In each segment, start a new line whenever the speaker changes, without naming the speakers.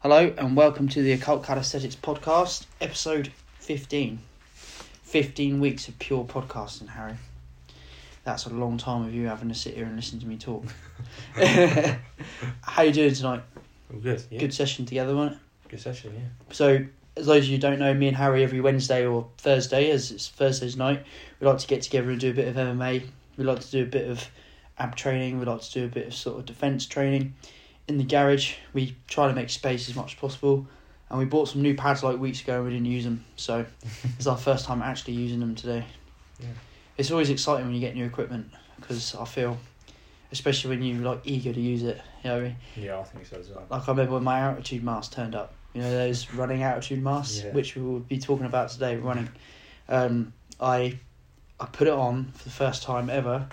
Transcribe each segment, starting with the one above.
Hello and welcome to the Occult Card Aesthetics Podcast, episode 15. 15 weeks of pure podcasting, Harry. That's a long time of you having to sit here and listen to me talk. How you doing tonight?
All good. Yeah.
Good session together, wasn't it?
Good session. Yeah.
So, as those of you who don't know, me and Harry every Wednesday or Thursday, as it's Thursday's night, we like to get together and do a bit of MMA. We like to do a bit of ab training. We like to do a bit of sort of defense training. In the garage, we try to make space as much as possible. And we bought some new pads like weeks ago and we didn't use them. So it's our first time actually using them today.
Yeah.
It's always exciting when you get new equipment because I feel, especially when you're like eager to use it. You know what I mean?
Yeah, I think so as well.
Like I remember when my altitude mask turned up. You know those running altitude masks,
Yeah.
which we will be talking about today. Running, um, I, I put it on for the first time ever,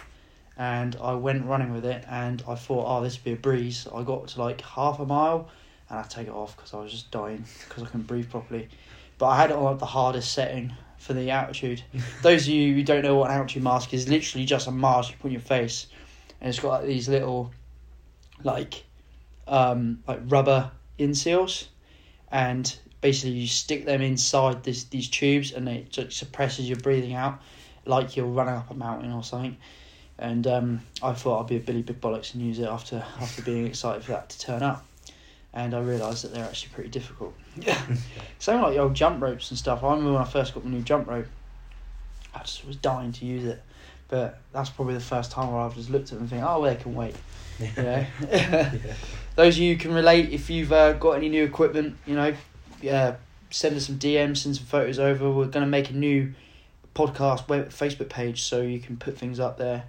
and I went running with it, and I thought, oh, this would be a breeze. I got to like half a mile, and I take it off because I was just dying because I couldn't breathe properly. But I had it on like the hardest setting for the altitude. Those of you who don't know what an altitude mask is, literally just a mask you put on your face, and it's got like, these little, like, um, like rubber inseals, and basically you stick them inside this these tubes, and it just suppresses your breathing out, like you're running up a mountain or something. And um, I thought I'd be a Billy Big Bollocks and use it after after being excited for that to turn up, and I realised that they're actually pretty difficult. Yeah. Same like the old jump ropes and stuff. I remember when I first got the new jump rope, I just was dying to use it. But that's probably the first time where I've just looked at them and think, oh, they can wait. You know?
yeah.
Those of you who can relate, if you've uh, got any new equipment, you know, uh, send us some DMs, send some photos over. We're going to make a new podcast web, Facebook page so you can put things up there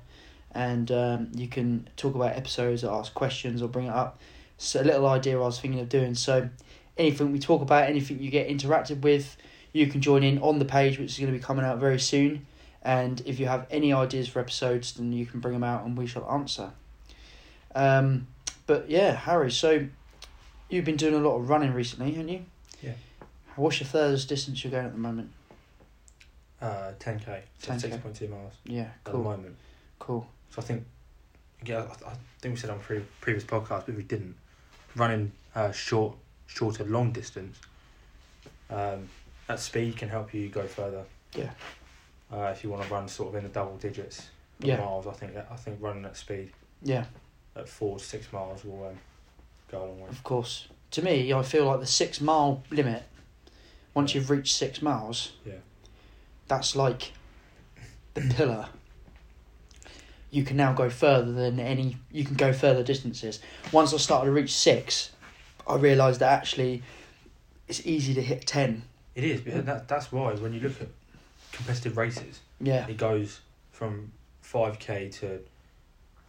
and um, you can talk about episodes or ask questions or bring it up. So, a little idea I was thinking of doing. So, anything we talk about, anything you get interacted with, you can join in on the page, which is going to be coming out very soon. And if you have any ideas for episodes, then you can bring them out and we shall answer. Um, but yeah, Harry, so you've been doing a lot of running recently, haven't you?
Yeah.
What's your furthest distance you're going at the moment?
Uh, 10k, so
10K.
6.2 miles
Yeah,
at the
cool,
moment.
cool.
So I think, yeah, I, I think we said on pre- previous podcast, but we didn't. Running uh, short, shorter, long distance. Um, that speed can help you go further.
Yeah.
Uh, if you want to run sort of in the double digits of
Yeah.
miles, I think that I think running at speed
Yeah,
at four to six miles will um, go a long way.
of course. To me, I feel like the six mile limit, once you've reached six miles,
Yeah.
that's like the pillar. You can now go further than any. You can go further distances. Once I started to reach six, I realised that actually it's easy to hit ten.
It is, but that, that's why when you look at competitive races,
Yeah,
It goes from five k to,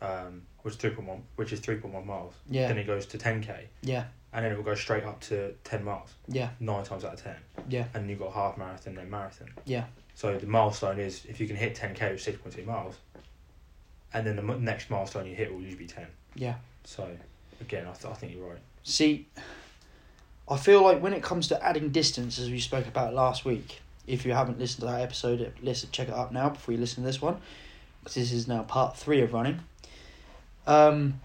um, which three point one, which is three point one miles.
yeah,
Then it goes to ten k,
yeah,
and then it will go straight up to ten miles.
Yeah.
Nine times out of ten.
Yeah.
And you've got half marathon, then marathon.
Yeah.
So the milestone is if you can hit ten k with six point two miles, and then the m- next milestone you hit will usually be ten.
yeah.
So, again, I, th- I think you're right.
See, I feel like when it comes to adding distance, as we spoke about last week, if you haven't listened to that episode, listen, check it up now before you listen to this one, because this is now part three of running. Um,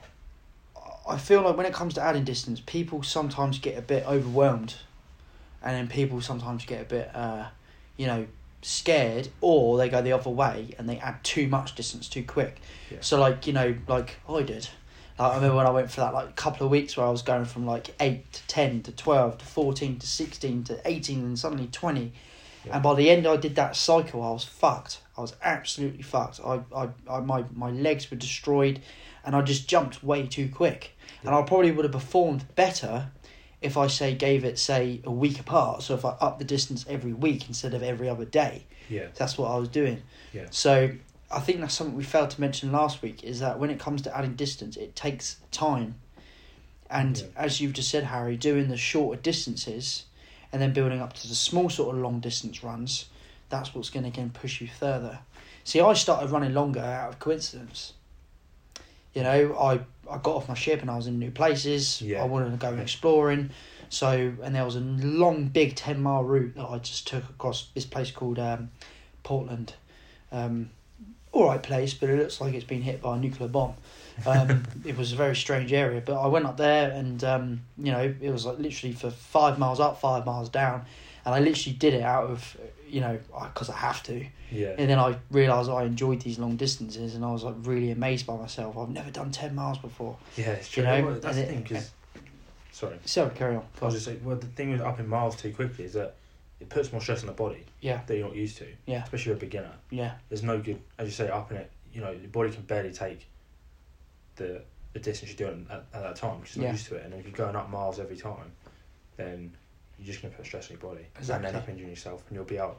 I feel like when it comes to adding distance, people sometimes get a bit overwhelmed, and then people sometimes get a bit, uh, you know, scared, or they go the other way and they add too much distance too quick.
Yeah.
So, like, you know, like I did. Like, I remember when I went for that like couple of weeks where I was going from like eight to ten to twelve to fourteen to sixteen to eighteen and suddenly twenty,
Yeah.
and by the end I did that cycle I was fucked. I was absolutely fucked. I, I, I my my legs were destroyed, and I just jumped way too quick. And I probably would have performed better if I say gave it say a week apart. So if I up the distance every week instead of every other day.
Yeah.
That's what I was doing.
Yeah.
So I think that's something we failed to mention last week is that when it comes to adding distance, it takes time. And
Yeah.
as you've just said, Harry, doing the shorter distances and then building up to the small sort of long distance runs, that's what's going to again push you further. See, I started running longer out of coincidence. You know, I, I got off my ship and I was in new places.
Yeah.
I wanted to go exploring. So, and there was a long, big 10 mile route that I just took across this place called um, Portland. Um, all right place, but it looks like it's been hit by a nuclear bomb. Um, it was a very strange area, but I went up there and um, you know it was like literally for five miles up, five miles down, and I literally did it out of you know because I have to.
Yeah.
And then I realised I enjoyed these long distances, and I was like really amazed by myself. I've never done ten miles before.
Yeah, it's true.
You know,
Well, that's the
and
thing,
it-
because. Sorry.
So carry on.
I was just like, well, the thing with upping miles too quickly is that it puts more stress on the body
Yeah,
that you're not used to.
Yeah.
Especially if you're a beginner.
yeah,
There's no good, as you say, upping it, you know, your body can barely take the the distance you're doing at, at that time because you're
Yeah.
not used to it. And if you're going up miles every time, then you're just going to put stress on your body and end
Exactly.
up injuring yourself. And you'll be out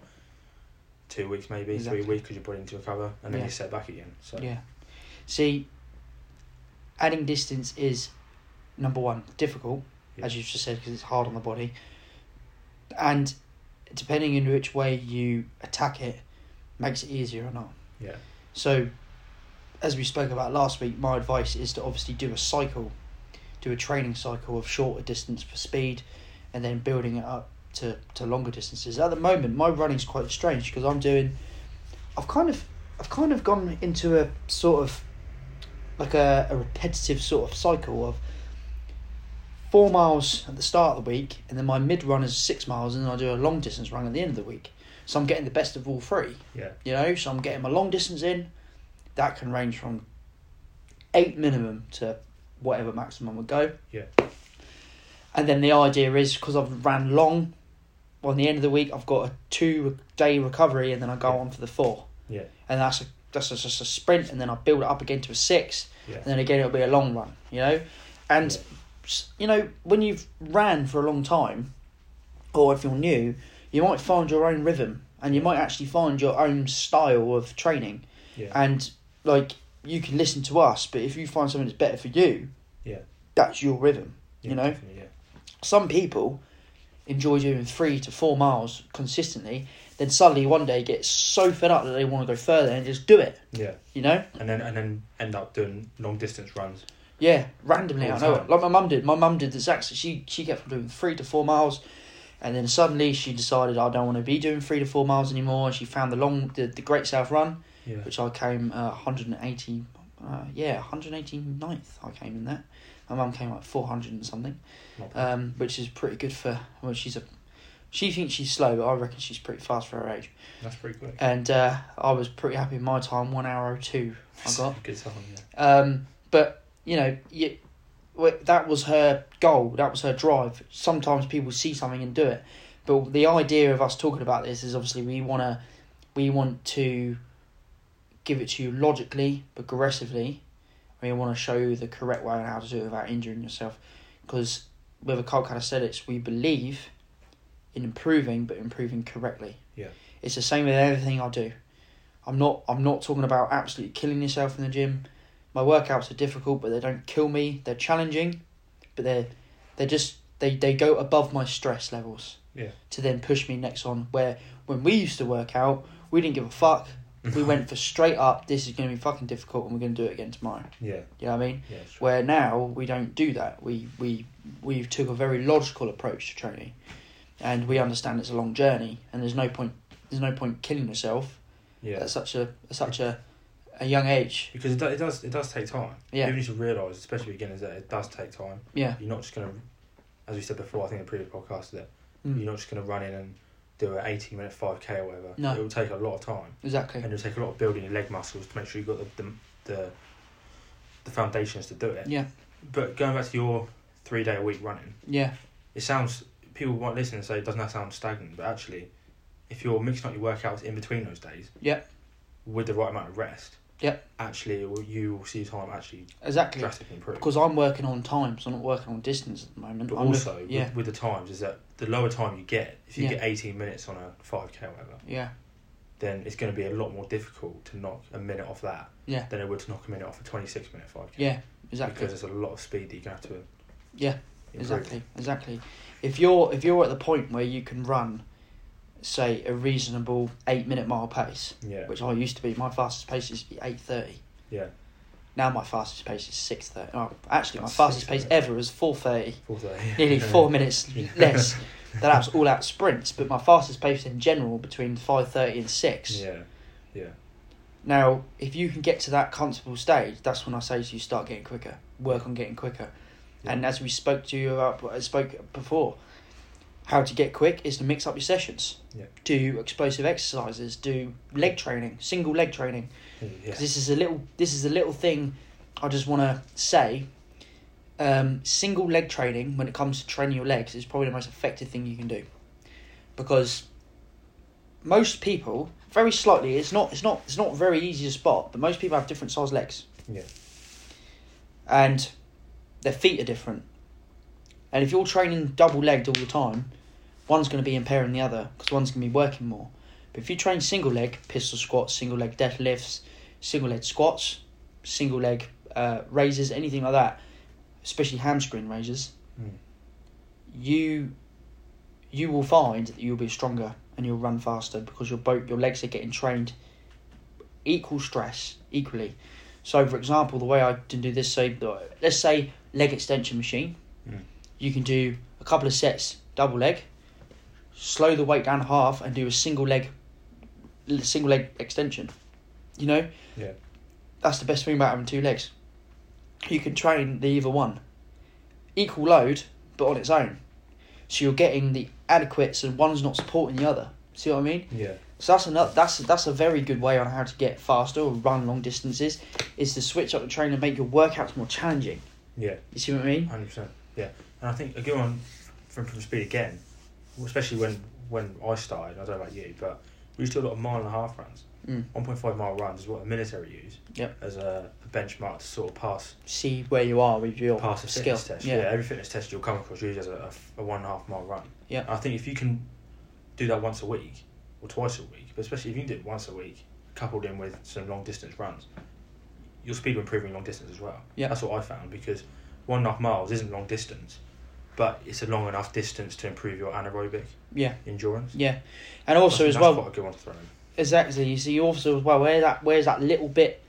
two weeks, maybe
Exactly.
three weeks because your body needs to recover and then
Yeah.
you set back again. So,
yeah. See, adding distance is number one difficult,
Yeah.
as you've just said, because it's hard on the body, and depending in which way you attack it, makes it easier or not.
yeah.
So, as we spoke about last week, my advice is to obviously do a cycle, do a training cycle of shorter distance for speed, and then building it up to, to longer distances. At the moment, my running's quite strange because I'm doing, I've kind of, I've kind of gone into a sort of, like a, a repetitive sort of cycle of. Four miles at the start of the week, and then my mid run is six miles, and then I do a long distance run at the end of the week. So I'm getting the best of all three.
Yeah.
You know, so I'm getting my long distance in. That can range from eight minimum to whatever maximum would go.
Yeah.
And then the idea is because I've ran long, well, on the end of the week I've got a two day recovery, and then I go
Yeah.
on for the four.
Yeah.
And that's a, that's just a sprint, and then I build it up again to a six,
Yeah.
and then again it'll be a long run. You know, and
Yeah.
s- you know when you've ran for a long time, or if you're new, you might find your own rhythm and you might actually find your own style of training
Yeah.
and like you can listen to us but if you find something that's better for you
Yeah.
that's your rhythm
Yeah,
you know?
definitely, Yeah.
some people enjoy doing three to four miles consistently then suddenly one day get so fed up that they want to go further and just do it
Yeah.
you know
and then and then end up doing long distance runs.
Yeah, randomly,
All
I
the
know
time.
it. Like my mum did. My mum did this actually. She she kept on doing three to four miles, and then suddenly she decided I don't want to be doing three to four miles anymore. And she found the long the, the Great South Run,
Yeah,
which I came uh, 180, uh, yeah, 189th. I came in that. My mum came like 400 and something,
Not bad.
um, which is pretty good for. Well, she's a, she thinks she's slow, but I reckon she's pretty fast for her age.
that's pretty quick.
And uh, I was pretty happy with my time, one hour oh two. I got.
good time. Yeah,
Um, but you know, you, wh- that was her goal. That was her drive. Sometimes people see something and do it, but the idea of us talking about this is obviously we want to, we want to give it to you logically, progressively. We want to show you the correct way and how to do it without injuring yourself, because with a cult kind of said it's we believe in improving, but improving correctly.
Yeah.
It's the same with everything I do. I'm not. I'm not talking about absolutely killing yourself in the gym. My workouts are difficult, but they don't kill me. They're challenging, but they're they just they they go above my stress levels.
Yeah.
To then push me next on where when we used to work out, we didn't give a fuck. We went for straight up. This is going to be fucking difficult, and we're going to do it again tomorrow.
Yeah,
You know what I mean?
yeah, it's-
Where now we don't do that. We we we took a very logical approach to training, and we understand it's a long journey, and there's no point there's no point killing yourself
yeah.
at such a at such a a young age.
Because it, do, it does it does take time.
Yeah.
Even if you realise, especially beginners, that it does take time.
Yeah.
You're not just gonna, as we said before, I think in the previous podcast that
Mm.
you're not just gonna run in and do an 18 minute 5k or whatever.
No.
It will take a lot of time,
Exactly.
and it'll take a lot of building your leg muscles to make sure you've got the the the, the foundations to do it.
Yeah.
But going back to your three day a week running,
Yeah.
it sounds people might listen and say doesn't that sound stagnant but actually if you're mixing up your workouts in between those days
Yep.
with the right amount of rest
Yep.
actually you will- you will see your time actually
Exactly.
drastically improve
Because I'm working on time, so I'm not working on distance at the moment.
but
I'm
also
look-
with,
yeah,
with the times is that the lower time you get if you
Yeah.
get 18 minutes on a 5k or whatever
yeah,
then it's going to be a lot more difficult to knock a minute off that
Yeah.
than it would to knock a minute off a 26 minute 5k
yeah, exactly,
because there's a lot of speed that you're going to have to
Yeah,
improve.
exactly, exactly. If you're if you're at the point where you can run, say a reasonable eight minute mile pace,
yeah
which I used to be, my fastest pace used to be eight thirty.
yeah
Now my fastest pace is six thirty. Oh, actually, my
That's
fastest pace
6:30.
ever is four thirty.
Four thirty.
Nearly four minutes
Yeah.
less. That's all out sprints, but my fastest pace in general between five thirty and six.
yeah yeah
Now, if you can get to that constable stage, that's when I say to you, start getting quicker. Work on getting quicker.
Yeah.
And as we spoke to you about, I spoke before, how to get quick is to mix up your sessions.
Yeah.
Do explosive exercises. Do leg training, single leg training.
Yeah.
'Cause This is a little. This is a little thing. I just want to say, um, single leg training when it comes to training your legs is probably the most effective thing you can do, because most people very slightly it's not it's not it's not very easy to spot, but most people have different size legs
Yeah.
and their feet are different. And if you're training double legged all the time, one's going to be impairing the other because one's going to be working more. But if you train single leg pistol squats, single leg deadlifts, single leg squats, single leg uh, raises, anything like that, especially hamstring raises,
Mm.
you you will find that you'll be stronger and you'll run faster because your both your legs are getting trained equal stress equally. So, for example, the way I can do this, say, let's say leg extension machine,
Mm.
you can do a couple of sets double leg, slow the weight down half, and do a single leg, single leg extension. You know,
Yeah.
that's the best thing about having two legs. You can train the either one, equal load, but on its own. So you're getting the adequates, and one's not supporting the other. See what I mean?
Yeah.
So that's another that's that's a very good way on how to get faster or run long distances is to switch up the training and make your workouts more challenging.
Yeah.
You see what I mean?
Hundred percent. Yeah, and I think again on from from speed again, especially when when I started. I don't know about you, but we used to do a lot of mile and a half runs.
Mm.
One point five mile runs is what the military use.
Yep.
As a, a benchmark to sort of pass
See where you are with your
pass a
skill.
fitness test.
Yeah.
Yeah. Every fitness test you'll come across usually has a, a, a one and a half mile run.
Yeah.
And I think if you can do that once a week or twice a week, but especially if you can do it once a week, coupled in with some long distance runs, your speed will improve in long distance as well.
Yeah.
That's what I found because one and a half miles isn't long distance, but it's a long enough distance to improve your anaerobic
Yeah.
endurance.
Yeah. And also
I think
as
that's
well
quite a good one to throw in.
exactly, you see also as well where that where's that little bit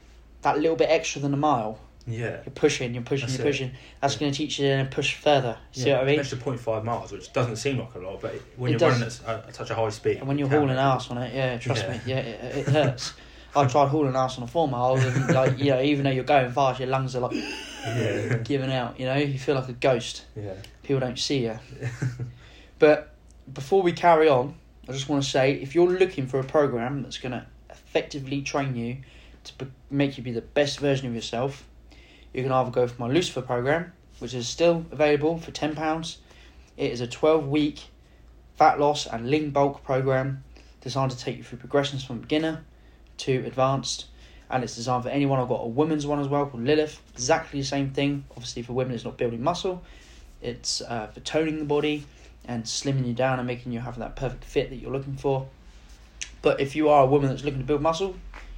that little bit extra than a mile.
Yeah.
You're pushing, you're pushing,
That's
you're
it.
pushing. That's
Yeah.
gonna teach you to push further. See
yeah,
what I mean?
Extra 0.5 miles, which doesn't seem like a lot, but when
It
you're
does.
running at s- at such a high speed,
And when
you
you're
can.
hauling ass on it, yeah, trust
Yeah.
me, yeah, it, it hurts. I tried hauling ass on a four mile, and like you know, even though you're going fast, your lungs are like
Yeah.
giving out. You know, you feel like a ghost.
yeah.
People don't see you. But before we carry on, I just want to say if you're looking for a program that's going to effectively train you to be- make you be the best version of yourself, you can either go for my Lucifer program, which is still available for £10. It is a 12 week fat loss and lean bulk program designed to take you through progressions from beginner to advanced. And it's designed for anyone. I've got a women's one as well called Lilith. Exactly the same thing. Obviously, for women, it's not building muscle, it's uh, for toning the body and slimming you down and making you have that perfect fit that you're looking for. But if you are a woman that's looking to build muscle,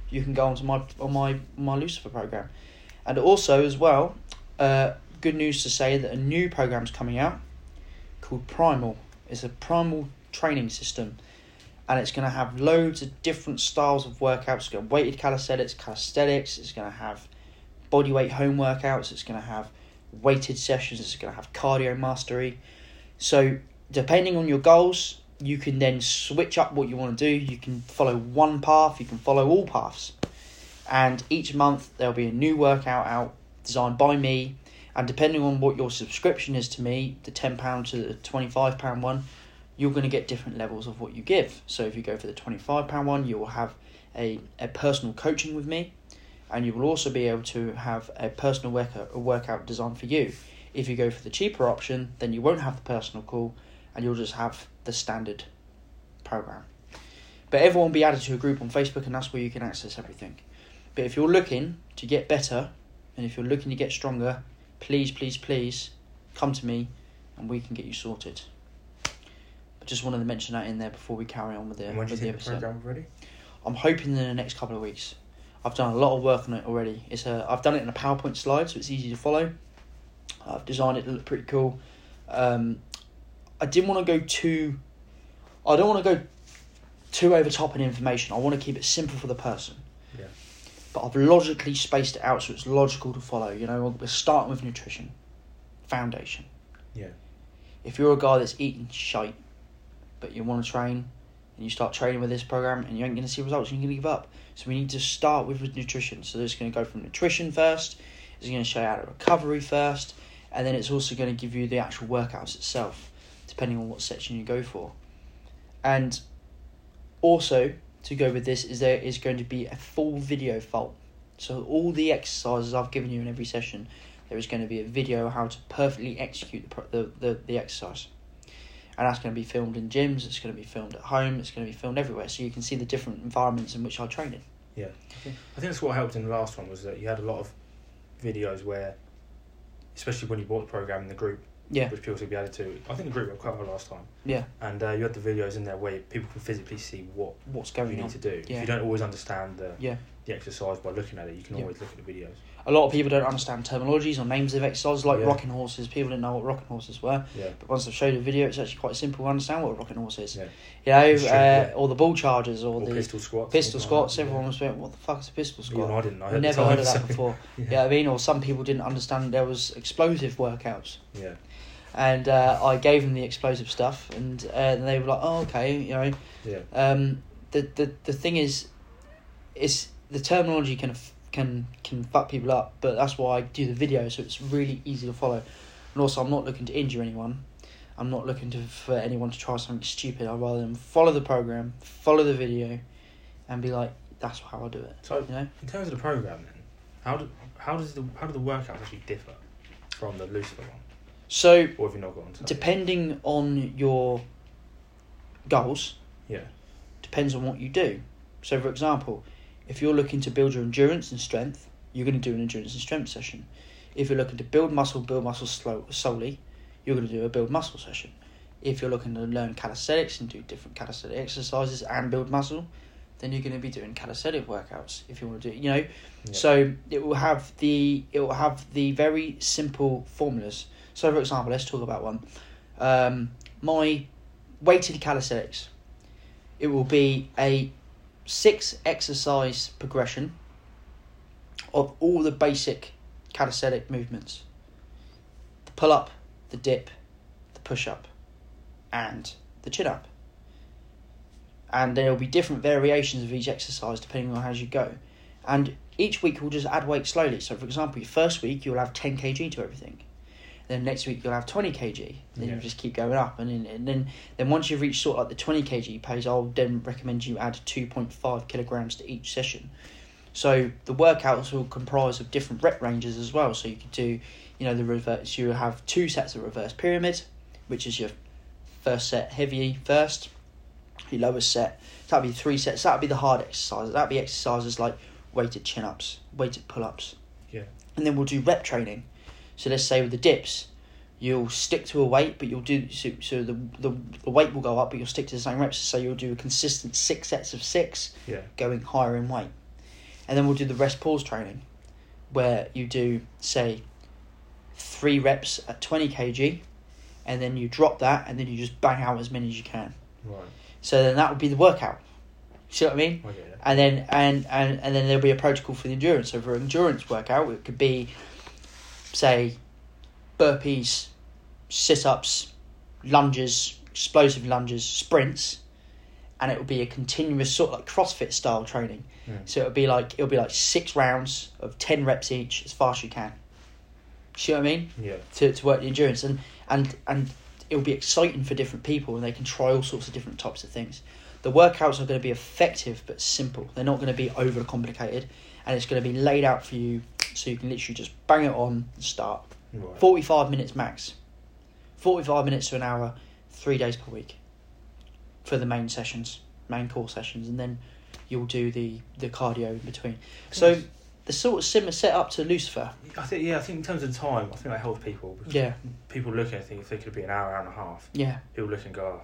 you can go onto my on my my Lucifer program, and also as well, uh, good news to say that a new program's coming out called Primal. It's a primal training system, and it's going to have loads of different styles of workouts. It's got weighted calisthenics, calisthenics. It's going to have body weight home workouts. It's going to have weighted sessions. It's going to have cardio mastery. So depending on your goals, you can then switch up what you want to do. You can follow one path, you can follow all paths. And each month there'll be a new workout out designed by me. And depending on what your subscription is to me, the £10 to the £25 one, you're going to get different levels of what you give. So if you go for the £25 one, you will have a, a personal coaching with me. And you will also be able to have a personal workout, a workout designed for you. If you go for the cheaper option, then you won't have the personal call and you'll just have the standard program. But everyone will be added to a group on Facebook, and that's where you can access everything. But if you're looking to get better and if you're looking to get stronger, please, please, please come to me and we can get you sorted. I just wanted to mention that in there before we carry on with the,
And when do you
with the
think the
episode.
program ready?
I'm hoping in the next couple of weeks. I've done a lot of work on it already. It's a, I've done it in a PowerPoint slide, so it's easy to follow. I've designed it to look pretty cool. Um, I didn't want to go too. I don't want to go too over top in information. I want to keep it simple for the person.
Yeah.
But I've logically spaced it out so it's logical to follow. You know, we're starting with nutrition, foundation.
Yeah.
If you're a guy that's eating shite, but you want to train, and you start training with this program and you ain't going to see results, you're going to give up. So we need to start with, with nutrition. So it's going to go from nutrition first, it's going to show you how to recovery first, and then it's also going to give you the actual workouts itself, depending on what section you go for. And also to go with this is there is going to be a full video fault. So all the exercises I've given you in every session, there is going to be a video how to perfectly execute the pro- the the, the exercise. And that's going to be filmed in gyms. It's going to be filmed at home. It's going to be filmed everywhere, so you can see the different environments in which I train in.
Yeah, I think, I think that's what helped in the last one was that you had a lot of videos where, especially when you bought the program in the group,
Yeah,
which people should be added to. I think the group went quite well last time,
yeah.
and uh, you had the videos in there where people can physically see what
What's
you
going
need
on?
to do. If
Yeah.
you don't always understand the
Yeah.
the exercise by looking at it, you can
Yeah.
always look at the videos.
A lot of people don't understand terminologies or names of exercises, like
Yeah.
rocking horses. People didn't know what rocking horses were.
Yeah,
But once I've showed a video, it's actually quite simple to understand what a rocking horse is.
Yeah.
You know,
It's true,
uh,
yeah.
or the ball charges, or,
or,
the pistol,
pistol squats. something like
squats.
that.
Everyone was going, "What the fuck is a pistol
Yeah. Even
squat?"
I didn't. I
I've
heard
never
the time,
heard of that
so-
before.
Yeah.
Yeah, I mean, or some people didn't understand there was explosive workouts,
yeah,
and uh, I gave them the explosive stuff, and uh, they were like, "Oh, okay." You know,
yeah,
um, the the the thing is, it's the terminology can f- can can fuck people up, but that's why I do the video, so it's really easy to follow. And also, I'm not looking to injure anyone. I'm not looking to for anyone to try something stupid. I'd rather them follow the program, follow the video, and be like, "That's how I do it."
So-
you know,
In terms of the program, then, how do how does the how do the workouts actually differ from the Lucifer one,
so
or have you not got onto that yet?
depending on your goals,
Yeah,
depends on what you do. So, for example, if you're looking to build your endurance and strength, you're going to do an endurance and strength session. If you're looking to build muscle, build muscle slow, solely, you're going to do a build muscle session. If you're looking to learn calisthenics and do different calisthenic exercises and build muscle, then you're going to be doing calisthenic workouts if you want to do. You know,
Yeah.
so it will have the it will have the very simple formulas. So, for example, let's talk about one. Um, my weighted calisthenics it will be a six exercise progression of all the basic calisthenic movements the pull up, the dip, the push up, and the chin up. And there will be different variations of each exercise depending on how you go. And each week we'll just add weight slowly. So, for example, your first week you'll have 10 kg to everything. Then next week you'll have 20 kg. Then
Yeah.
you just keep going up. And then, and then then once you've reached sort of like the 20 kg pace, I'll then recommend you add 2.5 kilograms to each session. So the workouts will comprise of different rep ranges as well. So you could do, you know, the reverse, you have two sets of reverse pyramid, which is your first set heavy first, your lowest set. That'd be three sets. That'd be the hard exercises. That'd be exercises like weighted chin ups, weighted pull ups.
Yeah.
And then we'll do rep training. So let's say with the dips, you'll stick to a weight, but you'll do so. So the the, the weight will go up, but you'll stick to the same reps. So you'll do a consistent six sets of six,
yeah,
going higher in weight, and then we'll do the rest pause training, where you do say three reps at twenty kg, and then you drop that, and then you just bang out as many as you can.
right.
So then that would be the workout. See what I mean?
I get it.
and then and, and and then there'll be a protocol for the endurance. So for an endurance workout, it could be, say, burpees, sit ups, lunges, explosive lunges, sprints, and it would be a continuous sort of like CrossFit style training.
Yeah.
So it'll be like it'll be like six rounds of ten reps each, as fast as you can. See what I mean?
Yeah,
to, to work the endurance and and and it'll be exciting for different people and they can try all sorts of different types of things the workouts are going to be effective but simple they're not going to be overly complicated and it's going to be laid out for you so you can literally just bang it on and start
right.
45 minutes max 45 minutes to an hour three days per week for the main sessions main core sessions and then you'll do the the cardio in between so the sort of similar setup to lucifer
I think yeah, I think in terms of time, I think that helps people. because
yeah
People look at it, think if they could be an hour, hour and a half,
yeah
people look and go,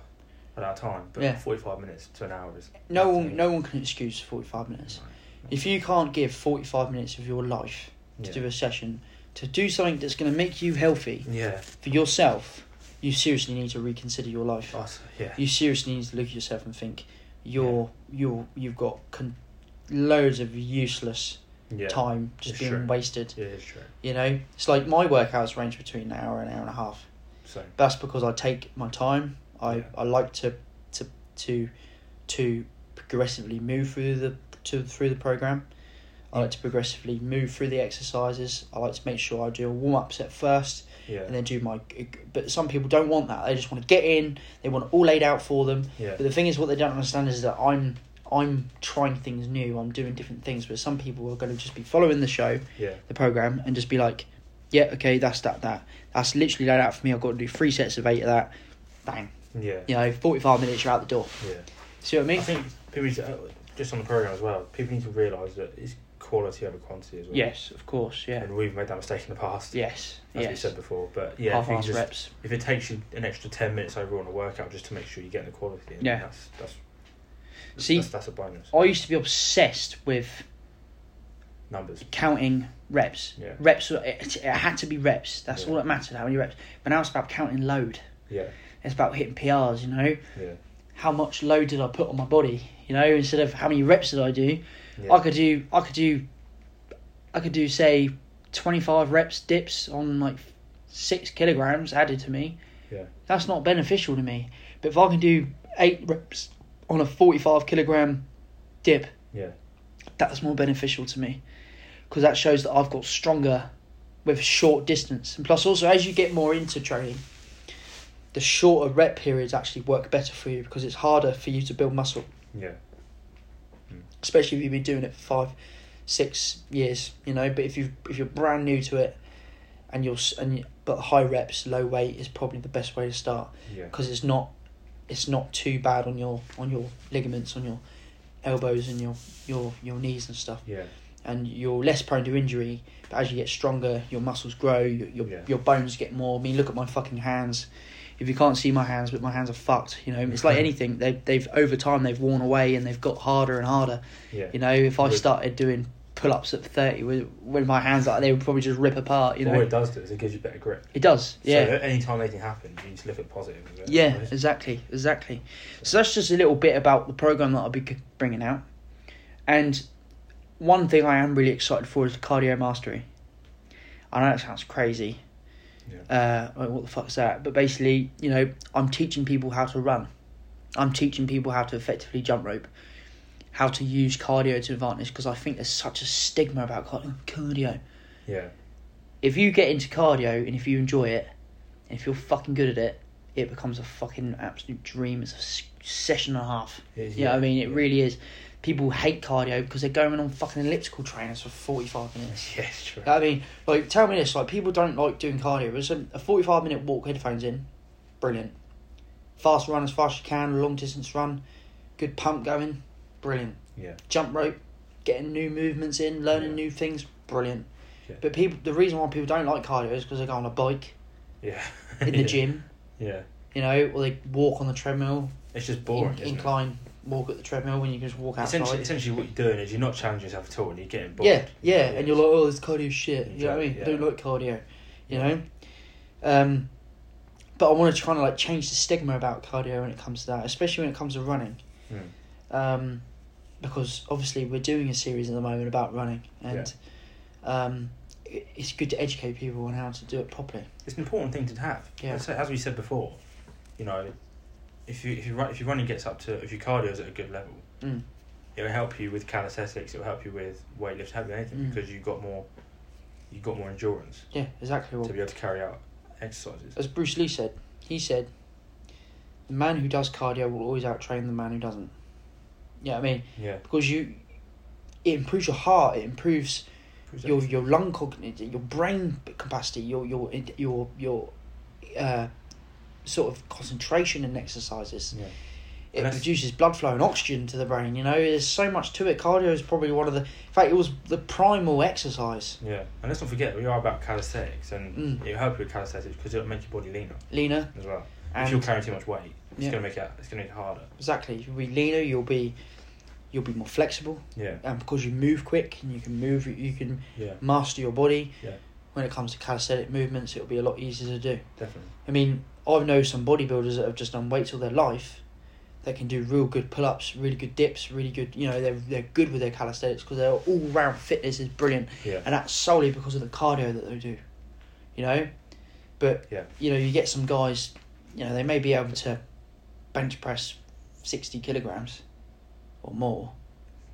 oh, out of time. But
Yeah.
forty-five minutes to an hour is
No
nothing.
one, no one can excuse forty five minutes.
Right.
If you can't give forty five minutes of your life to
Yeah.
do a session, to do something that's going to make you healthy
yeah,
for yourself, you seriously need to reconsider your life.
I s- yeah,
You seriously need to look at yourself and think, you're you're you've got con- loads of useless
yeah.
time just
It's
being
true.
wasted.
Yeah, it's true.
You know, it's like my workouts range between an hour and an hour and a half.
So
that's because I take my time. I,
Yeah.
I like to to to to progressively move through the to through the program. I like to progressively move through the exercises. I like to make sure I do a warm up set first,
Yeah.
and then do my. But some people don't want that. They just want to get in. They want it all laid out for them.
Yeah.
But the thing is, what they don't understand is that I'm I'm trying things new. I'm doing different things. But some people are going to just be following the show,
Yeah.
the program, and just be like, yeah, okay, that's that that. That's literally laid out for me. I've got to do three sets of eight of that. Bang.
Yeah.
You know, forty five minutes, you're out the door.
Yeah.
See what I mean?
I think people need to, uh, just on the program as well. People need to realise that it's quality over quantity as well.
yes, of course. Yeah.
And we've made that mistake in the past.
Yes.
As we
yes.
said before, but yeah, if, you
Half-ass
just,
reps.
if it takes you an extra ten minutes overall on a workout just to make sure you get the quality, in,
Yeah.
that's that's
See- Oh.
that's, that's a bonus.
I used to be obsessed with
Numbers,
counting reps.
Yeah.
Reps. It, it had to be reps. That's
Yeah.
all that mattered. How many reps? But now it's about counting load.
yeah,
It's about hitting PRs. You know.
yeah,
how much load did I put on my body? You know, instead of how many reps did I do,
yeah.
I could do I could do I could do say twenty five reps dips on like six kilograms added to me.
Yeah.
That's not beneficial to me. But if I can do eight reps on a forty five kilogram dip,
Yeah.
that's more beneficial to me because that shows that I've got stronger with short distance. And plus, also as you get more into training, the shorter rep periods actually work better for you because it's harder for you to build muscle
yeah,
especially if you've been doing it for five, six years, you know. But if you if you're brand new to it, and you're s- and you- but high reps, low weight is probably the best way to start
yeah,
because it's not, it's not too bad on your on your ligaments, on your elbows and your your your knees and stuff,
yeah,
and you're less prone to injury. But as you get stronger, your muscles grow, your your,
Yeah.
your bones get more. I mean, look at my fucking hands. If you can't see my hands, but my hands are fucked. You know, it's like anything. They they've over time they've worn away and they've got harder and harder.
yeah,
You know, if I
Would-
started doing pull ups at 30 with, with my hands like they would probably just rip apart, you
All
know.
it does do is it gives you better grip.
It does, yeah.
So at any time anything happens, you just look at positive. and go,
yeah,
"Oh, this-
exactly, exactly. So that's just a little bit about the program that I'll be c- bringing out. And one thing I am really excited for is the cardio mastery. I know that sounds crazy. Uh, like, what the fuck's that? But basically, you know, I'm teaching people how to run. I'm teaching people how to effectively jump rope, how to use cardio to advantage because I think there's such a stigma about car- cardio.
yeah,
if you get into cardio and if you enjoy it, and if you're fucking good at it, it becomes a fucking absolute dream. It's a s- session and a half.
It is,
you know what I mean? It
yeah.
really is. People hate cardio because they're going on fucking elliptical trainers for 45 minutes.
yeah, it's true.
You know what I mean, like, tell me this, like, people don't like doing cardio, but some, a 45 minute walk, headphones in, brilliant. Fast run as fast as you can, long distance run, good pump going, brilliant
Yeah,
jump rope, getting new movements in, learning
Yeah.
new things, brilliant.
Yeah.
But people, the reason why people don't like cardio is because they go on a bike
yeah.
in the
Yeah.
gym,
Yeah,
you know, or they walk on the treadmill,
it's just
in,
boring. isn't it?
incline walk at the treadmill when you can just walk outside.
Essentially, essentially, what you're doing is you're not challenging yourself at all, and you're getting bored.
yeah, yeah, and you're like, oh, this cardio shit. You know what I mean? I
Exactly,
don't like cardio, you know. Um, but I want to try and like change the stigma about cardio when it comes to that, especially when it comes to running.
Mm.
Um, because obviously we're doing a series at the moment about running, and um, it- it's good to educate people on how to do it properly.
it's an important thing to have.
Yeah.
As, as we said before, you know, if you if you run if your running gets up to if your cardio is at a good level,
Mm.
it will help you with calisthenics. It will help you with weightlifting. Help you with anything
Mm.
because you've got more, you've got more endurance
Yeah, exactly. What
to be able to carry out exercises.
as Bruce Lee said, he said, "The man who does cardio will always outtrain the man who doesn't." Yeah, I mean,
Yeah.
because you, it improves your heart. It improves your your lung cognition, your brain capacity, your your your your uh, sort of concentration in exercises.
Yeah.
It
And that's-
produces blood flow and oxygen to the brain. You know, there's so much to it. Cardio is probably one of the. In fact, it was the primal exercise.
Yeah, and let's not forget we are about calisthenics, and
Mm.
it'll help you with calisthenics because it'll make your body leaner
Leaner
as well. if you're
and
carrying too much weight, it's
Yeah.
gonna make it it's gonna make it harder.
exactly, you'll be leaner. You'll be, you'll be more flexible,
Yeah,
and because you move quick and you can move, you can
yeah,
master your body.
Yeah.
When it comes to calisthenic movements, it'll be a lot easier to do.
definitely.
I mean, I know some bodybuilders that have just done weights all their life that can do real good pull ups, really good dips, really good, you know, they're, they're good with their calisthenics because their all round fitness is brilliant.
Yeah.
And that's solely because of the cardio that they do, you know? But,
Yeah.
you know, you get some guys, you know, they may be able to bench press 60 kilograms, or more.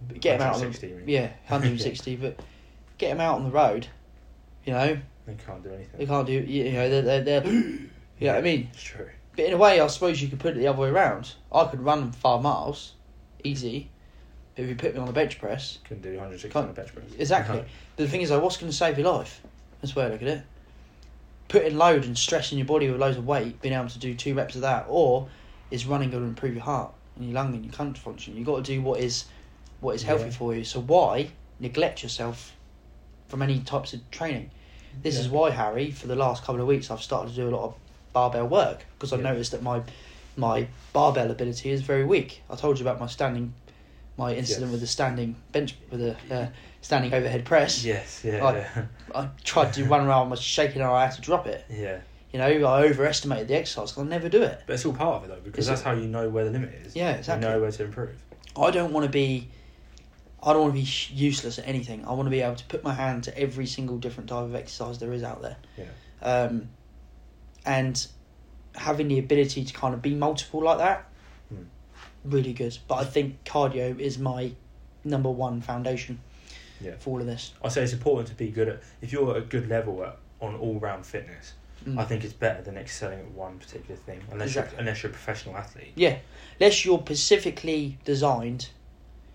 But get him out on
160,
the,
you mean?
yeah, 160. But get him out on the road. You know,
They can't do anything.
they can't do. You know, they're they're. they're you know what I mean?
It's true.
But in a way, I suppose you could put it the other way around. I could run five miles, easy. But if you put me on the bench press,
Couldn't do 160
Can't-
on a bench press.
Exactly.
No.
But the thing is, though, what's going to save your life? That's where I look at it. Putting load and stressing your body with loads of weight, being able to do two reps of that, or is running going to improve your heart and your lung and your lung function? You've got to do what is what is healthy
Yeah.
for you. So why neglect yourself from any types of training? This is
Yeah.
why, Harry, for the last couple of weeks, I've started to do a lot of barbell work because I've
Yeah.
noticed that my my barbell ability is very weak. I told you about my standing, my incident
Yes.
with the standing bench with a uh, standing overhead press.
Yes, yeah,
I-
yeah.
I tried to do one round, I was shaking, and I had to drop it.
yeah.
You know, I overestimated the exercise 'cause I never do it.
But it's all part of it, though, because
Is
that's
it?
how you know where the limit is.
Yeah, exactly.
You know where to improve.
I don't want to be, I don't want to be sh- useless at anything. I want to be able to put my hand to every single different type of exercise there is out there.
Yeah.
Um, and having the ability to kind of be multiple like that,
Hmm.
really good. But I think cardio is my number one foundation
Yeah.
for all of this.
I say it's important to be good at, if you're at a good level at, on all round fitness,
Mm.
I think it's better than excelling at one particular thing, unless,
Exactly.
you're, unless you're a professional athlete.
Unless you're specifically designed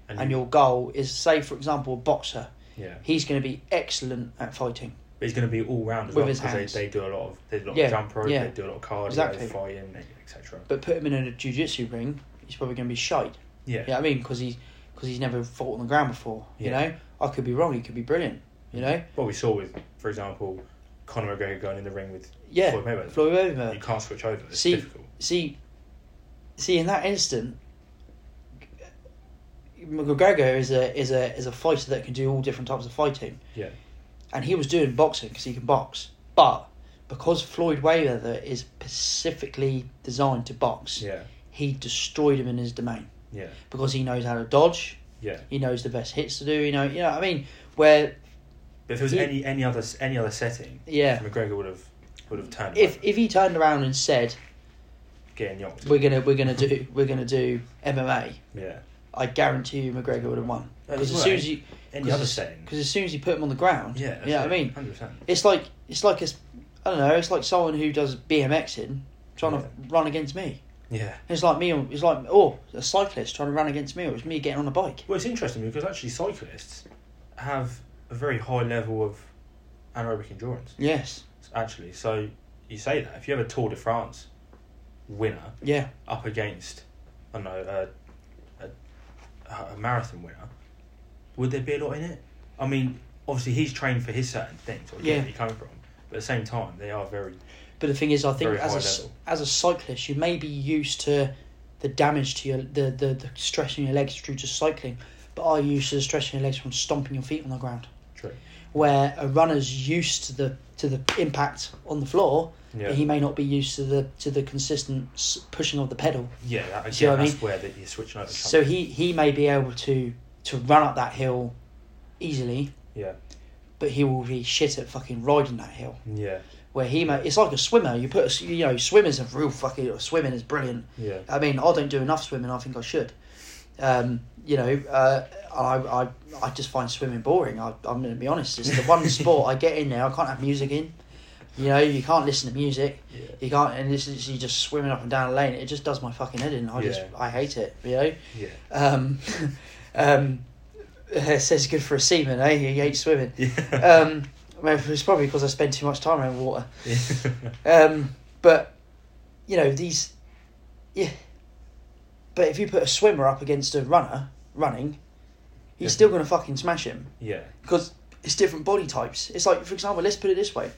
and Mm-hmm.
you-
your goal is, say, for example, a boxer.
Yeah.
he's going to be excellent at fighting.
But he's going to be all round as
With
well,
his
because
hands.
they, they do a lot of, they do a lot
Yeah,
of jump rope,
yeah.
they do a lot of cardio,
Exactly.
fighting, etc.
But put him in a jiu-jitsu ring, he's probably going to be shite. You
Yeah.
know what I mean? Because he's, cause he's never fought on the ground before. You
Yeah.
know? I could be wrong. He could be brilliant. You know?
What we saw with, for example, Conor McGregor going in the ring with
Yeah.
Floyd Mayweather.
Floyd
You
Mayweather.
can't switch over. It's
See-
difficult.
See, see, in that instant, McGregor is a is a is a fighter that can do all different types of fighting.
Yeah.
And he was doing boxing because he can box, but because Floyd Mayweather is specifically designed to box,
Yeah.
he destroyed him in his domain
Yeah.
because he knows how to dodge.
Yeah.
he knows the best hits to do. You know, you know what I mean. Where
But if it was
He-
any any other any other setting,
yeah,
McGregor would have would have turned.
if
If
if he turned around and said
getting yanked.
we're gonna we're gonna do we're gonna do MMA,
Yeah.
I guarantee you McGregor would have won
That
because
is
as
right.
soon as you
Any
because
other
as-
setting.
because as soon as you put him on the ground,
Yeah.
you know what I mean.
Hundred percent.
It's like it's like a s- I don't know. It's like someone who does BMXing trying to
Yeah.
run against me.
Yeah.
It's like me. on- It's like oh, a cyclist trying to run against me, or it's me getting on a bike.
Well, it's interesting because actually cyclists have a very high level of anaerobic endurance.
Yes.
Actually, so you say that if you have a Tour de France winner
Yeah.
up against, I don't know, a, a, a marathon winner, would there be a lot in it? I mean, obviously he's trained for his certain things, or yeah.
Yeah.
where he's coming from. But at the same time, they are very
But the thing is, I think
Very
as a
high
s-
level.
as a cyclist, you may be used to the damage to your the, the, the stress in your legs through just cycling, but are you used to the stress in your legs from stomping your feet on the ground?
True.
Where a runner's used to the to the impact on the floor,
yeah
but he may not be used to the to the consistent s- pushing of the pedal.
yeah. That,
See
again,
what I
that's
mean?
where that you're switching over.
So he he may be able to to run up that hill easily,
yeah
but he will be shit at fucking riding that hill.
yeah
Where he may it's like a swimmer. You put a s you know swimmers are real fucking swimming is brilliant.
yeah
I mean, I don't do enough swimming. I think I should. Um, you know, uh, I, I I just find swimming boring. I, I'm going to be honest. It's the one sport I get in there. I can't have music in. You know, you can't listen to music.
yeah.
You can't, and this is you just swimming up and down a lane. It just does my fucking head in. I just
Yeah.
I hate it. You know.
Yeah.
Um, um, it says good for a seaman, eh? He hates swimming.
Yeah.
Um, well, it's probably because I spend too much time around water.
yeah.
Um, but you know these, yeah. But if you put a swimmer up against a runner running, he's
Yeah.
still gonna fucking smash him
yeah.
because it's different body types. It's like, for example, let's put it this way.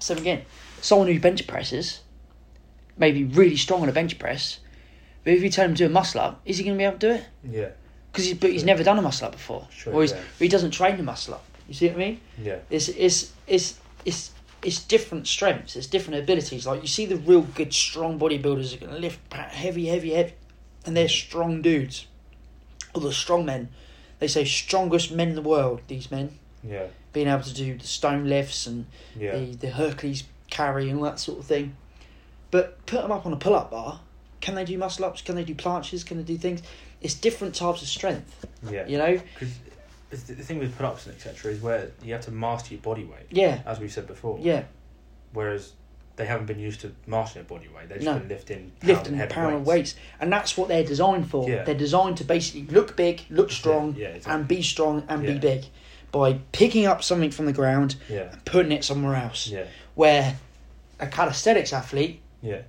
So again, someone who bench presses, may be really strong on a bench press, but if you tell him to do a muscle up, is he gonna be able to do it?
Yeah.
Because he's but he's
Sure.
never done a muscle up before,
Sure,
or he's,
yeah.
he doesn't train the muscle up. You see what I mean?
Yeah.
It's it's it's it's it's different strengths. It's different abilities. Like you see the real good strong bodybuilders that can lift pa- heavy, heavy, heavy, and they're strong dudes, or the strong men. They say strongest men in the world. These men
Yeah.
being able to do the stone lifts and
Yeah.
the the Hercules carry and all that sort of thing. But put them up on a pull up bar, Can they do muscle ups? Can they do planches? Can they do things? It's different types of strength.
Yeah.
You know.
Because the thing with pull ups and etc. is where you have to master your body weight,
Yeah.
as we said before.
Yeah.
Whereas they haven't been used to mastering their body weight. They've just
No.
been lifting pound
Lifting
heavy
pound
weights.
weights. weights, and that's what they're designed for.
Yeah.
They're designed to basically look big, look strong,
Yeah, exactly.
and be strong and
Yeah.
be big by picking up something from the ground
yeah,
and putting it somewhere else.
yeah,
Where a calisthenics athlete
yeah,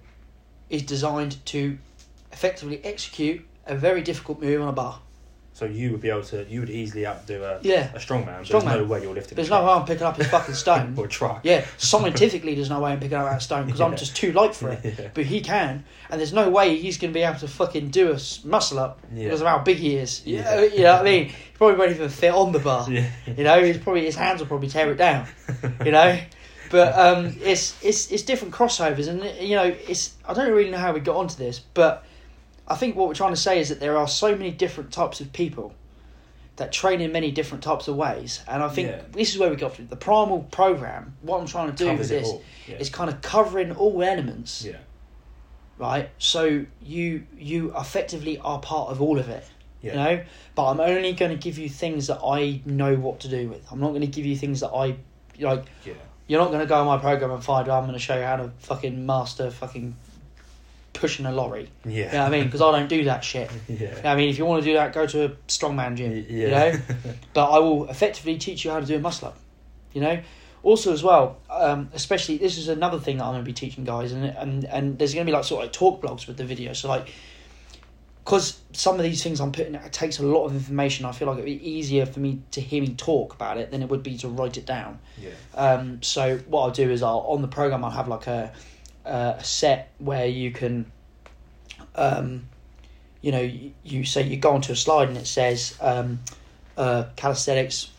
is designed to effectively execute a very difficult move on a bar.
So you would be able to, you would easily outdo a
Yeah.
a strongman. But
Strongman.
there's no way you're lifting.
There's
a
no
truck
way I'm picking up his fucking stone.
or a truck.
Yeah, scientifically, there's no way I'm picking up that stone because I'm
Yeah.
just too light for it.
Yeah.
But he can, and there's no way he's going to be able to fucking do a s- muscle up
Yeah.
because of how big he is. You,
Yeah.
know, you know what I mean? He's probably won't even fit on the bar.
Yeah.
uh, You know, he's probably his hands will probably tear it down. You know, but um, it's it's it's different crossovers, and you know, it's I don't really know how we got onto this, but I think what we're trying to say is that there are so many different types of people that train in many different types of ways, and I think
Yeah.
this is where we got to the primal program. What I'm trying to do with
Covers it
this
all. Yeah.
is kind of covering all elements,
yeah,
right? So you you effectively are part of all of it
yeah,
you know but i'm only going to give you things that i know what to do with i'm not going to give you things that i like
yeah,
you're not going to go on my program and find out i'm going to show you how to fucking master fucking pushing a lorry
yeah.
you know what i mean because i don't do that shit You know
yeah,
what i mean if you want to do that go to a strongman gym
Y-
you know but i will effectively teach you how to do a muscle up you know also as well um, especially this is another thing that i'm going to be teaching guys and and, and there's going to be like sort of like talk blogs with the video so like because some of these things i'm putting out it takes a lot of information i feel like it'd be easier for me to hear me talk about it than it would be to write it down
yeah,
um, so what I'll do is I'll on the program I'll have like a uh, a set where you can, um, you know, you, you say you go onto a slide and it says um, uh, calisthenics,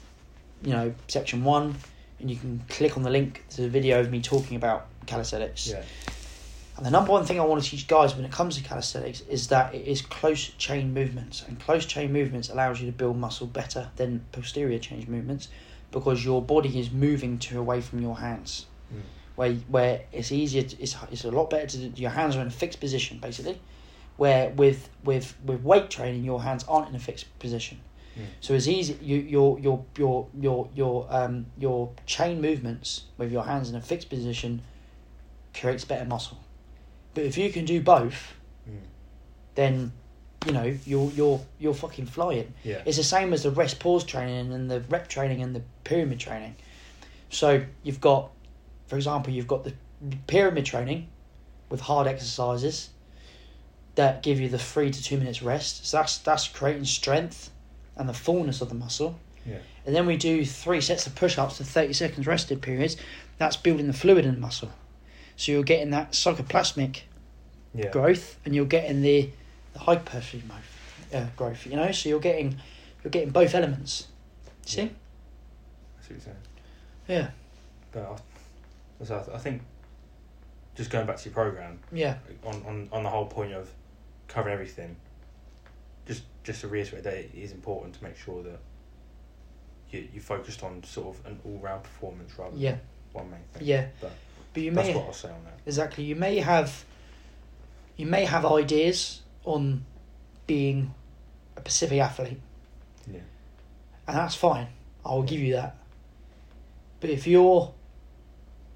you know, section one, and you can click on the link to the video of me talking about calisthenics.
yeah,
And the number one thing I want to teach guys when it comes to calisthenics is that it is close chain movements, and close chain movements allows you to build muscle better than posterior chain movements, because your body is moving to away from your hands,
Mm.
where where it's easier, to, it's it's a lot better to your hands are in a fixed position basically, where with with with weight training your hands aren't in a fixed position.
Mm.
So it's easy. You, your your your your your um your chain movements with your hands in a fixed position creates better muscle. But if you can do both,
Mm.
then you know you're you're you're fucking flying.
yeah,
It's the same as the rest pause training and the rep training and the pyramid training. So you've got, for example, you've got the pyramid training with hard exercises that give you the three to two minutes rest. So that's that's creating strength and the fullness of the muscle.
Yeah.
And then we do three sets of push ups to thirty seconds rested periods. That's building the fluid in the muscle. So you're getting that sarcoplasmic
yeah.
growth and you're getting the, the hypertrophy mo- uh, growth you know so you're getting you're getting both elements see
Yeah. That's what you're saying.
yeah
But I, so I, th- I think just going back to your program
yeah
on, on, on the whole point of covering everything. Just just to reiterate that it is important to make sure that you you focused on sort of an all round performance rather than
yeah
one main thing.
yeah
But
but you
that's
may
what I'll say on that.
exactly you may have you may have ideas on being a pacific athlete
Yeah.
and that's fine i will give you that but if you're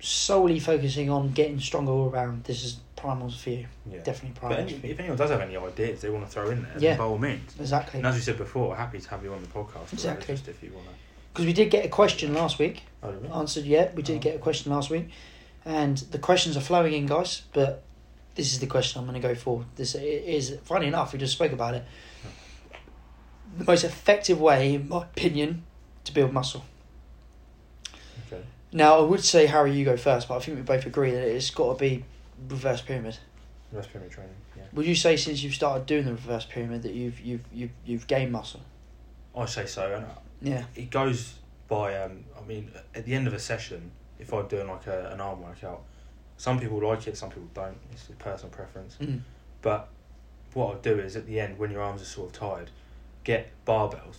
solely focusing on getting stronger all around this is primals for you
Yeah.
definitely
But
primals
any,
for you
if anyone does have any ideas they want to throw in there,
Yeah.
then by all means.
exactly
And as we said before, happy to have you on the podcast.
Exactly.
Just if you want to.
because we did get a question last week
Oh, really?
answered yet. We did get a question last week, and the questions are flowing in, guys. But this is the question I'm going to go for. This i- is funny enough. We just spoke about it. The most effective way, in my opinion, to build muscle.
Okay.
Now, I would say Harry, you go first, but I think we both agree that it's got to be reverse pyramid.
That's pyramid training. Yeah.
Would you say since you've started doing the reverse pyramid that you've you've you've you've gained muscle?
I say so. And
Yeah.
it goes by um, I mean at the end of a session if I'm doing like a, an arm workout some people like it some people don't it's a personal preference
Mm.
but what I'll do is at the end when your arms are sort of tired get barbells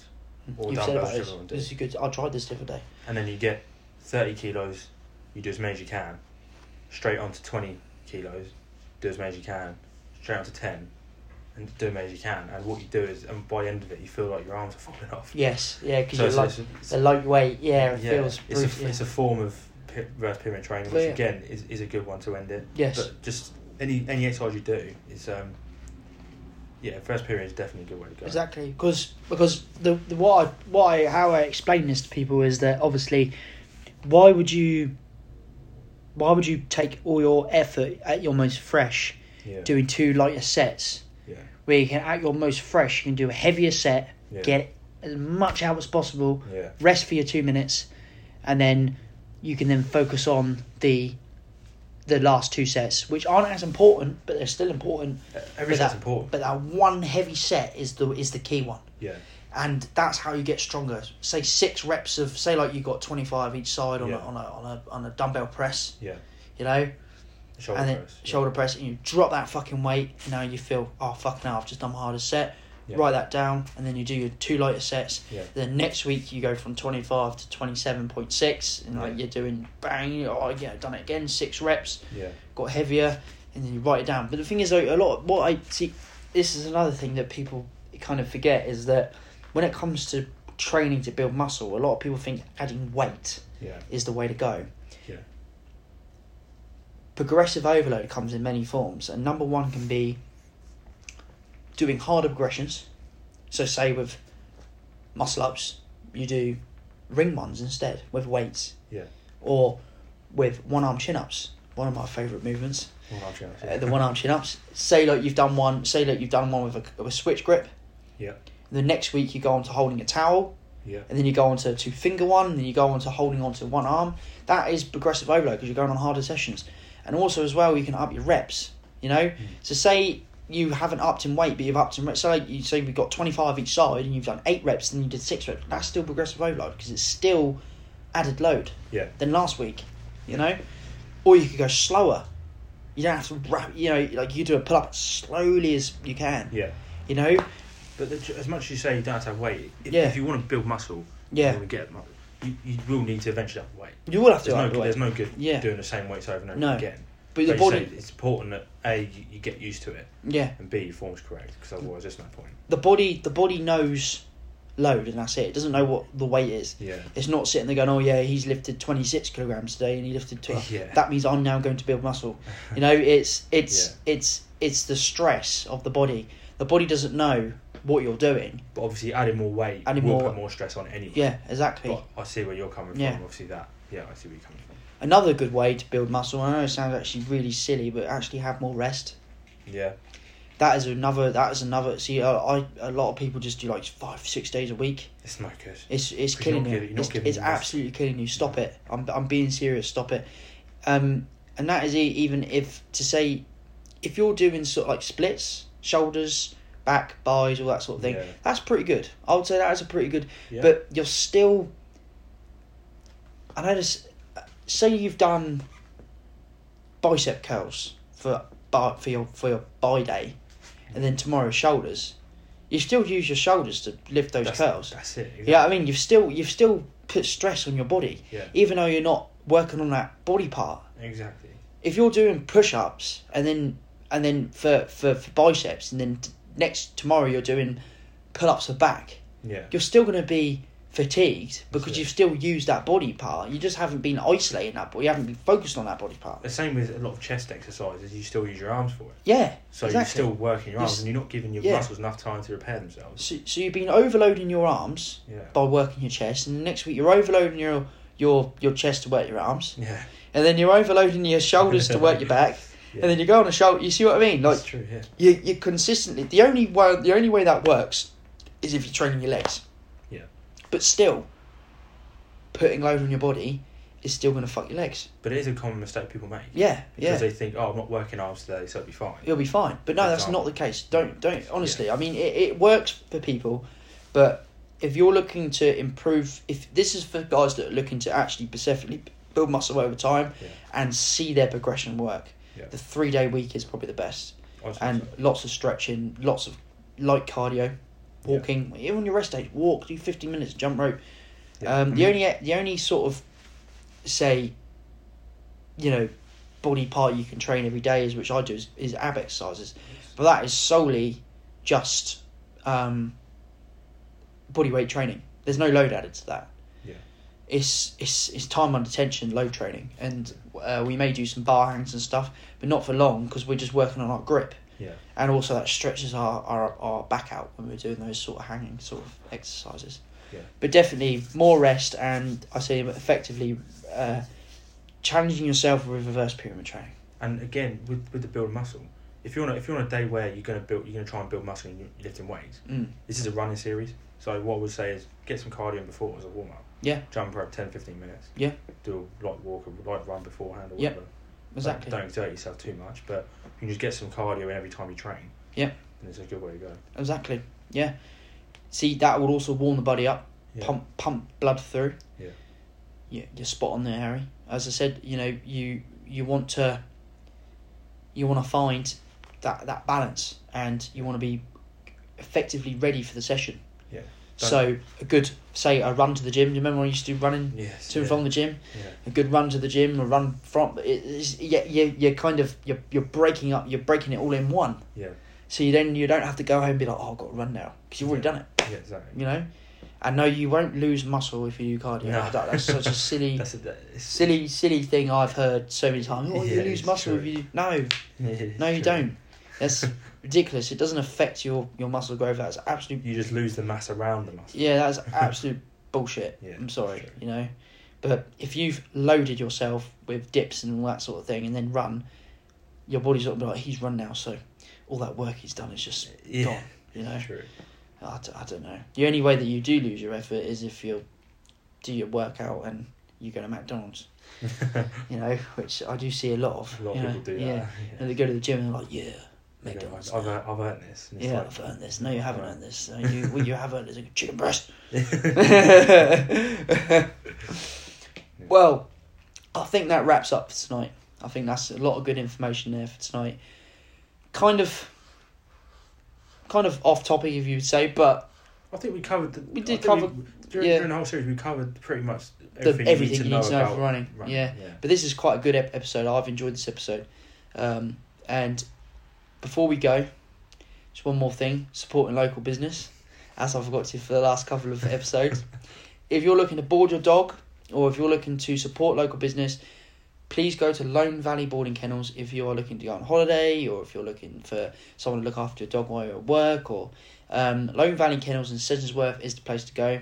Or
You've said
dumbbells,
about this.
whichever one,
This is good. I tried this the other day.
and then you get 30 kilos you do as many as you can straight on to 20 kilos do as many as you can straight up to ten, and do as many as you can. And what you do is, and by the end of it, you feel like your arms are falling off.
Yes, yeah, because
So
you're
it's,
like
it's- it's-
the lightweight. Yeah, it
yeah,
feels.
it's
brute,
a
yeah.
it's a form of pi- reverse pyramid training,
Yeah.
which again is, is a good one to end it.
Yes.
But just any any exercise you do is um. Yeah, reverse pyramid is definitely a good way to go.
Exactly, because because the, the what I, what I, how I explain this to people is that obviously, why would you, why would you take all your effort at your most fresh
Yeah.
doing two lighter sets
yeah.
where you can at your most fresh you can do a heavier set,
Yeah.
get as much out as possible,
Yeah.
rest for your two minutes, and then you can then focus on the the last two sets, which aren't as important, but they're still important.
Every
But
set's
that-
important.
But that one heavy set is the is the key one
Yeah.
and that's how you get stronger. Say six reps of say like you got twenty five each side on,
Yeah.
a, on a on a on a dumbbell press,
Yeah.
you know,
Shoulder
and then
press.
shoulder press, and you drop that fucking weight. And now you feel oh fucking hell, I've just done my hardest set.
Yeah.
Write that down, and then you do your two lighter sets.
Yeah.
Then next week you go from twenty five to twenty seven point six, and like
Yeah.
you're doing bang, you're, oh yeah, done it again, six reps
Yeah.
got heavier, and then you write it down. But the thing is, though, a lot of what I see, this is another thing that people kind of forget is that when it comes to training to build muscle, a lot of people think adding weight
Yeah.
is the way to go.
Yeah.
Progressive overload comes in many forms, and number one can be doing harder progressions. So, say with muscle ups, you do ring ones instead with weights,
Yeah.
or with one arm chin ups. One of my favorite movements
One arm challenge,
uh, the one arm chin ups. Say like you've done one. Say like you've done one with a, with a switch grip.
Yeah.
The next week you go on to holding a towel,
Yeah.
and then you go on to two finger one, and then you go on to holding onto one arm. That is progressive overload because you're going on harder sessions, and also as well you can up your reps. You know,
Hmm.
so say you haven't upped in weight, but you've upped in reps. So like you say we've got twenty five each side, and you've done eight reps, and you did six reps. That's still progressive overload because it's still added load
Yeah.
than last week, you know? Or you could go slower. You don't have to wrap, you know, like you do a pull up as slowly as you can,
Yeah.
you know?
But the, as much as you say you don't have to have weight, if,
Yeah.
if you want to build muscle, you
Yeah.
want to get mu- you, you will need to eventually have weight.
You will have to
There's no,
up the weight.
there's no good
Yeah.
doing the same weights over and over
No.
again.
But your
Like you
body,
say, it's important that a you, you get used to it
yeah,
and b your form's correct because otherwise there's no point.
the body, the body knows load and that's it. It doesn't know what the weight is.
Yeah.
It's not sitting there going, oh yeah, he's lifted 26 kilograms today and he lifted 12.
Yeah.
That means I'm now going to build muscle. You know, it's, it's, it's, it's the stress of the body. The body doesn't know what you're doing.
But obviously adding more weight
Adding
will
more-
put more stress on it anyway.
Yeah, exactly.
But I see where you're coming
Yeah.
from. Obviously that. Yeah, I see where you're coming from.
another good way to build muscle. I know it sounds actually really silly, but actually have more rest.
Yeah.
That is another. That is another. See, I, I a lot of people just do like five, six days a week.
It's no good.
It's it's
But you're
killing
not
you.
giving- you're not
It's,
giving
it's
them rest.
absolutely killing you. Stop it. I'm I'm being serious. Stop it. Um, and that is e- even if to say, if you're doing sort of like splits, shoulders, back, buys, all that sort of thing.
Yeah.
That's pretty good. I would say that is a pretty good.
Yeah.
But you're still. I notice. Say you've done bicep curls for bi- for your for your bi day, and then tomorrow shoulders. You still use your shoulders to lift those
that's,
curls.
That's it. Exactly.
Yeah, I mean you've still you've still put stress on your body,
Yeah.
even though you're not working on that body part.
Exactly.
If you're doing push ups and then and then for, for, for biceps and then t- next tomorrow you're doing pull ups for back,
Yeah.
you're still going to be fatigued because
it.
you've still used that body part. You just haven't been isolating that, body. you haven't been focused on that body part.
The same with a lot of chest exercises. You still use your arms for it.
Yeah,
So
exactly.
you're still working your
You're
arms
s-
and you're not giving your
Yeah.
muscles enough time to repair themselves.
So, so you've been overloading your arms
Yeah.
by working your chest, and the next week you're overloading your your your chest to work your arms,
Yeah.
and then you're overloading your shoulders to work your back,
Yeah.
and then you go on a shoulder. You see what I mean? Like
That's true, yeah.
you you consistently the only way the only way that works is if you're training your legs.
Yeah.
But still, putting load on your body is still going to fuck your legs.
But it is a common mistake people make.
Yeah, yeah.
Because they think, oh, I'm not working arms today, so it'll be fine.
You'll be fine. But no,
For
that's
example.
not the case. Don't don't honestly. I mean, it, it works for people, but if you're looking to improve, if this is for guys that are looking to actually specifically build muscle over time
Yeah.
and see their progression work,
Yeah.
the three day week is probably the best.
Honestly,
And
so-
lots of stretching, lots of light cardio, walking. Even on your rest days, walk, do fifteen minutes, jump rope.
yeah.
Um,
I
the
mean,
only the only sort of say, you know, body part you can train every day is, which I do, is, is ab exercises. But that is solely just um, body weight training. There's no load added to that.
Yeah.
It's it's it's time under tension, load training, and uh, we may do some bar hangs and stuff, but not for long because we're just working on our grip.
Yeah.
And also that stretches our, our, our back out when we're doing those sort of hanging sort of exercises.
Yeah.
But definitely more rest and I say effectively uh, challenging yourself with reverse pyramid training.
And again, with, with the build muscle, if you're on a, if you're on a day where you're gonna build, you're gonna try and build muscle and you're lifting weights.
Mm.
This is a running series, so what I would say is get some cardio in before as a warm up.
Yeah.
Jump rope 10, 15 minutes.
Yeah.
Do a light walk or light run beforehand or
Yeah,
whatever.
Exactly.
Don't, don't exert yourself too much, but you can just get some cardio in every time you train.
Yeah.
And it's a good way to go.
Exactly. Yeah. See, that will also warm the body up,
Yeah.
pump pump blood through.
Yeah.
Yeah, you're spot on there, Harry. As I said, you know, you you want to you want to find that that balance, and you want to be effectively ready for the session.
Yeah.
So a good say a run to the gym. Do you remember when I used to do running
Yes.
to
yeah.
and from the gym?
yeah.
a good run to the gym, a run from it- it's, yeah, you you're kind of you're you're breaking up, you're breaking it all in one.
Yeah.
So you then you don't have to go home and be like, oh, I've got to run now because you've already done it,
Yeah. Exactly.
you know. And no, you won't lose muscle if you do cardio. That- that's such a silly,
That's a, that- it's,
silly, silly thing I've heard so many times. Oh, you
Yeah,
lose
it's
muscle
true.
if you no,
Yeah, it's
no, you
true.
don't. That's ridiculous. It doesn't affect your your muscle growth. That's absolute
You just lose the mass around the muscle.
yeah, that's absolute bullshit.
Yeah,
I'm sorry,
sure.
you know. But if you've loaded yourself with dips and all that sort of thing and then run, your body's not like, he's run now, so all that work he's done is just,
Yeah.
Gone, you know?
True.
I, d- I don't know. The only way that you do lose your effort is if you do your workout and you go to McDonald's, you know, which I do see a lot of.
a lot
you
of
know,
people do that.
Yeah. And they go to the gym and they're like, yeah,
They go,
McDonald's.
I've, earned- I've earned this. And
yeah, I've earned this. No, you haven't
Right.
earned this. No, you, well, you have earned this. Chicken breast.
yeah.
well, I think that wraps up for tonight. I think that's a lot of good information there for tonight. Kind of, kind of off topic, if you'd say, but
I think we covered. The,
We
I
did
think
cover-
we- during,
yeah.
during the whole series, we covered pretty much
the,
everything,
everything you need to know,
about
for running.
running.
Yeah, but this is quite a good ep- episode. I've enjoyed this episode. Um, and before we go, just one more thing: supporting local business, as I forgot to for the last couple of episodes. if you're looking to board your dog, or if you're looking to support local business, please go to Lone Valley Boarding Kennels if you are looking to go on holiday, or if you're looking for someone to look after your dog while you're at work, or um, Lone Valley Kennels in Sedgersworth is the place to go.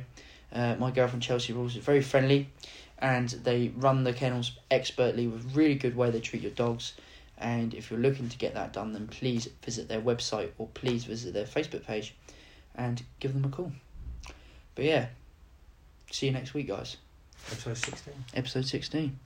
Uh, my girlfriend Chelsea Rules is very friendly and they run the kennels expertly with really good way they treat your dogs and if you're looking to get that done then please visit their website or please visit their facebook page and give them a call but yeah see you next week guys
Episode 16.
episode 16